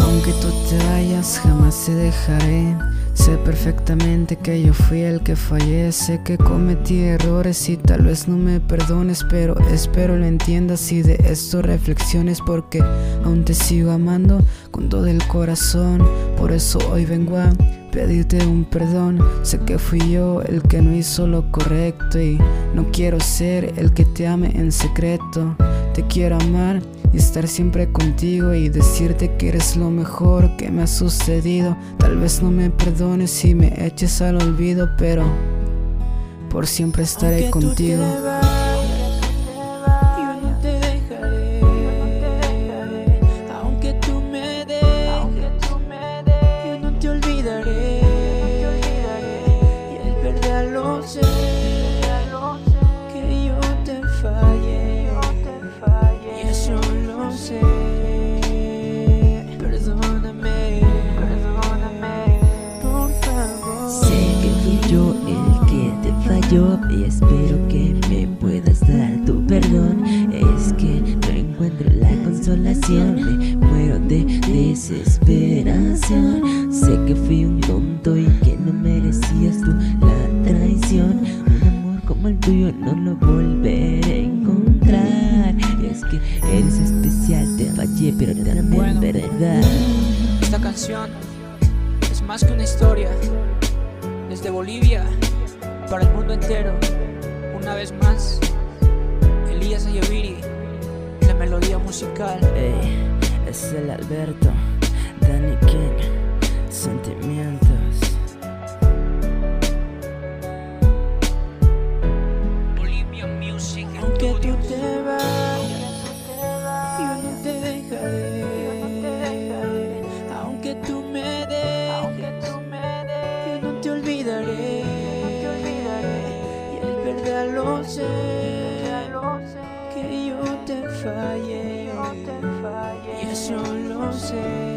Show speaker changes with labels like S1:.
S1: Aunque tú te vayas, jamás te dejaré. Sé perfectamente que yo fui el que fallé, sé que cometí errores y tal vez no me perdones, pero espero lo entiendas y de esto reflexiones porque aún te sigo amando con todo el corazón, por eso hoy vengo a pedirte un perdón, sé que fui yo el que no hizo lo correcto y no quiero ser el que te ame en secreto, te quiero amar y estar siempre contigo y decirte que eres lo mejor que me ha sucedido. Tal vez no me perdones y me eches al olvido, pero por siempre estaré
S2: Aunque tú
S1: contigo.
S2: te vayas, yo no te dejaré. Aunque tú me dejes, yo no te olvidaré. Y al perderlo sé que yo te fallé. Y eso lo sé. Perdóname, por favor.
S3: Sé que fui yo el que te falló y espero que me puedas dar tu perdón. Es que no encuentro la consolación, me muero de desesperación. Sé que fui un tonto y que no merecías tú la traición. Un amor como el tuyo no lo volveré a encontrar. Es que eres especial, te fallé, pero también
S2: Bueno.
S3: verdad.
S2: Esta canción es más que una historia. Desde Bolivia para el mundo entero. Una vez más, Elías Ayaviri, la melodía musical.
S4: Ey, es el Alberto, Danny King, sentimientos.
S2: Aunque tú te vayas, yo no te dejaré. Aunque tú me dejes, yo no te olvidaré. Y al perderlo sé que yo te fallé. Y eso lo sé.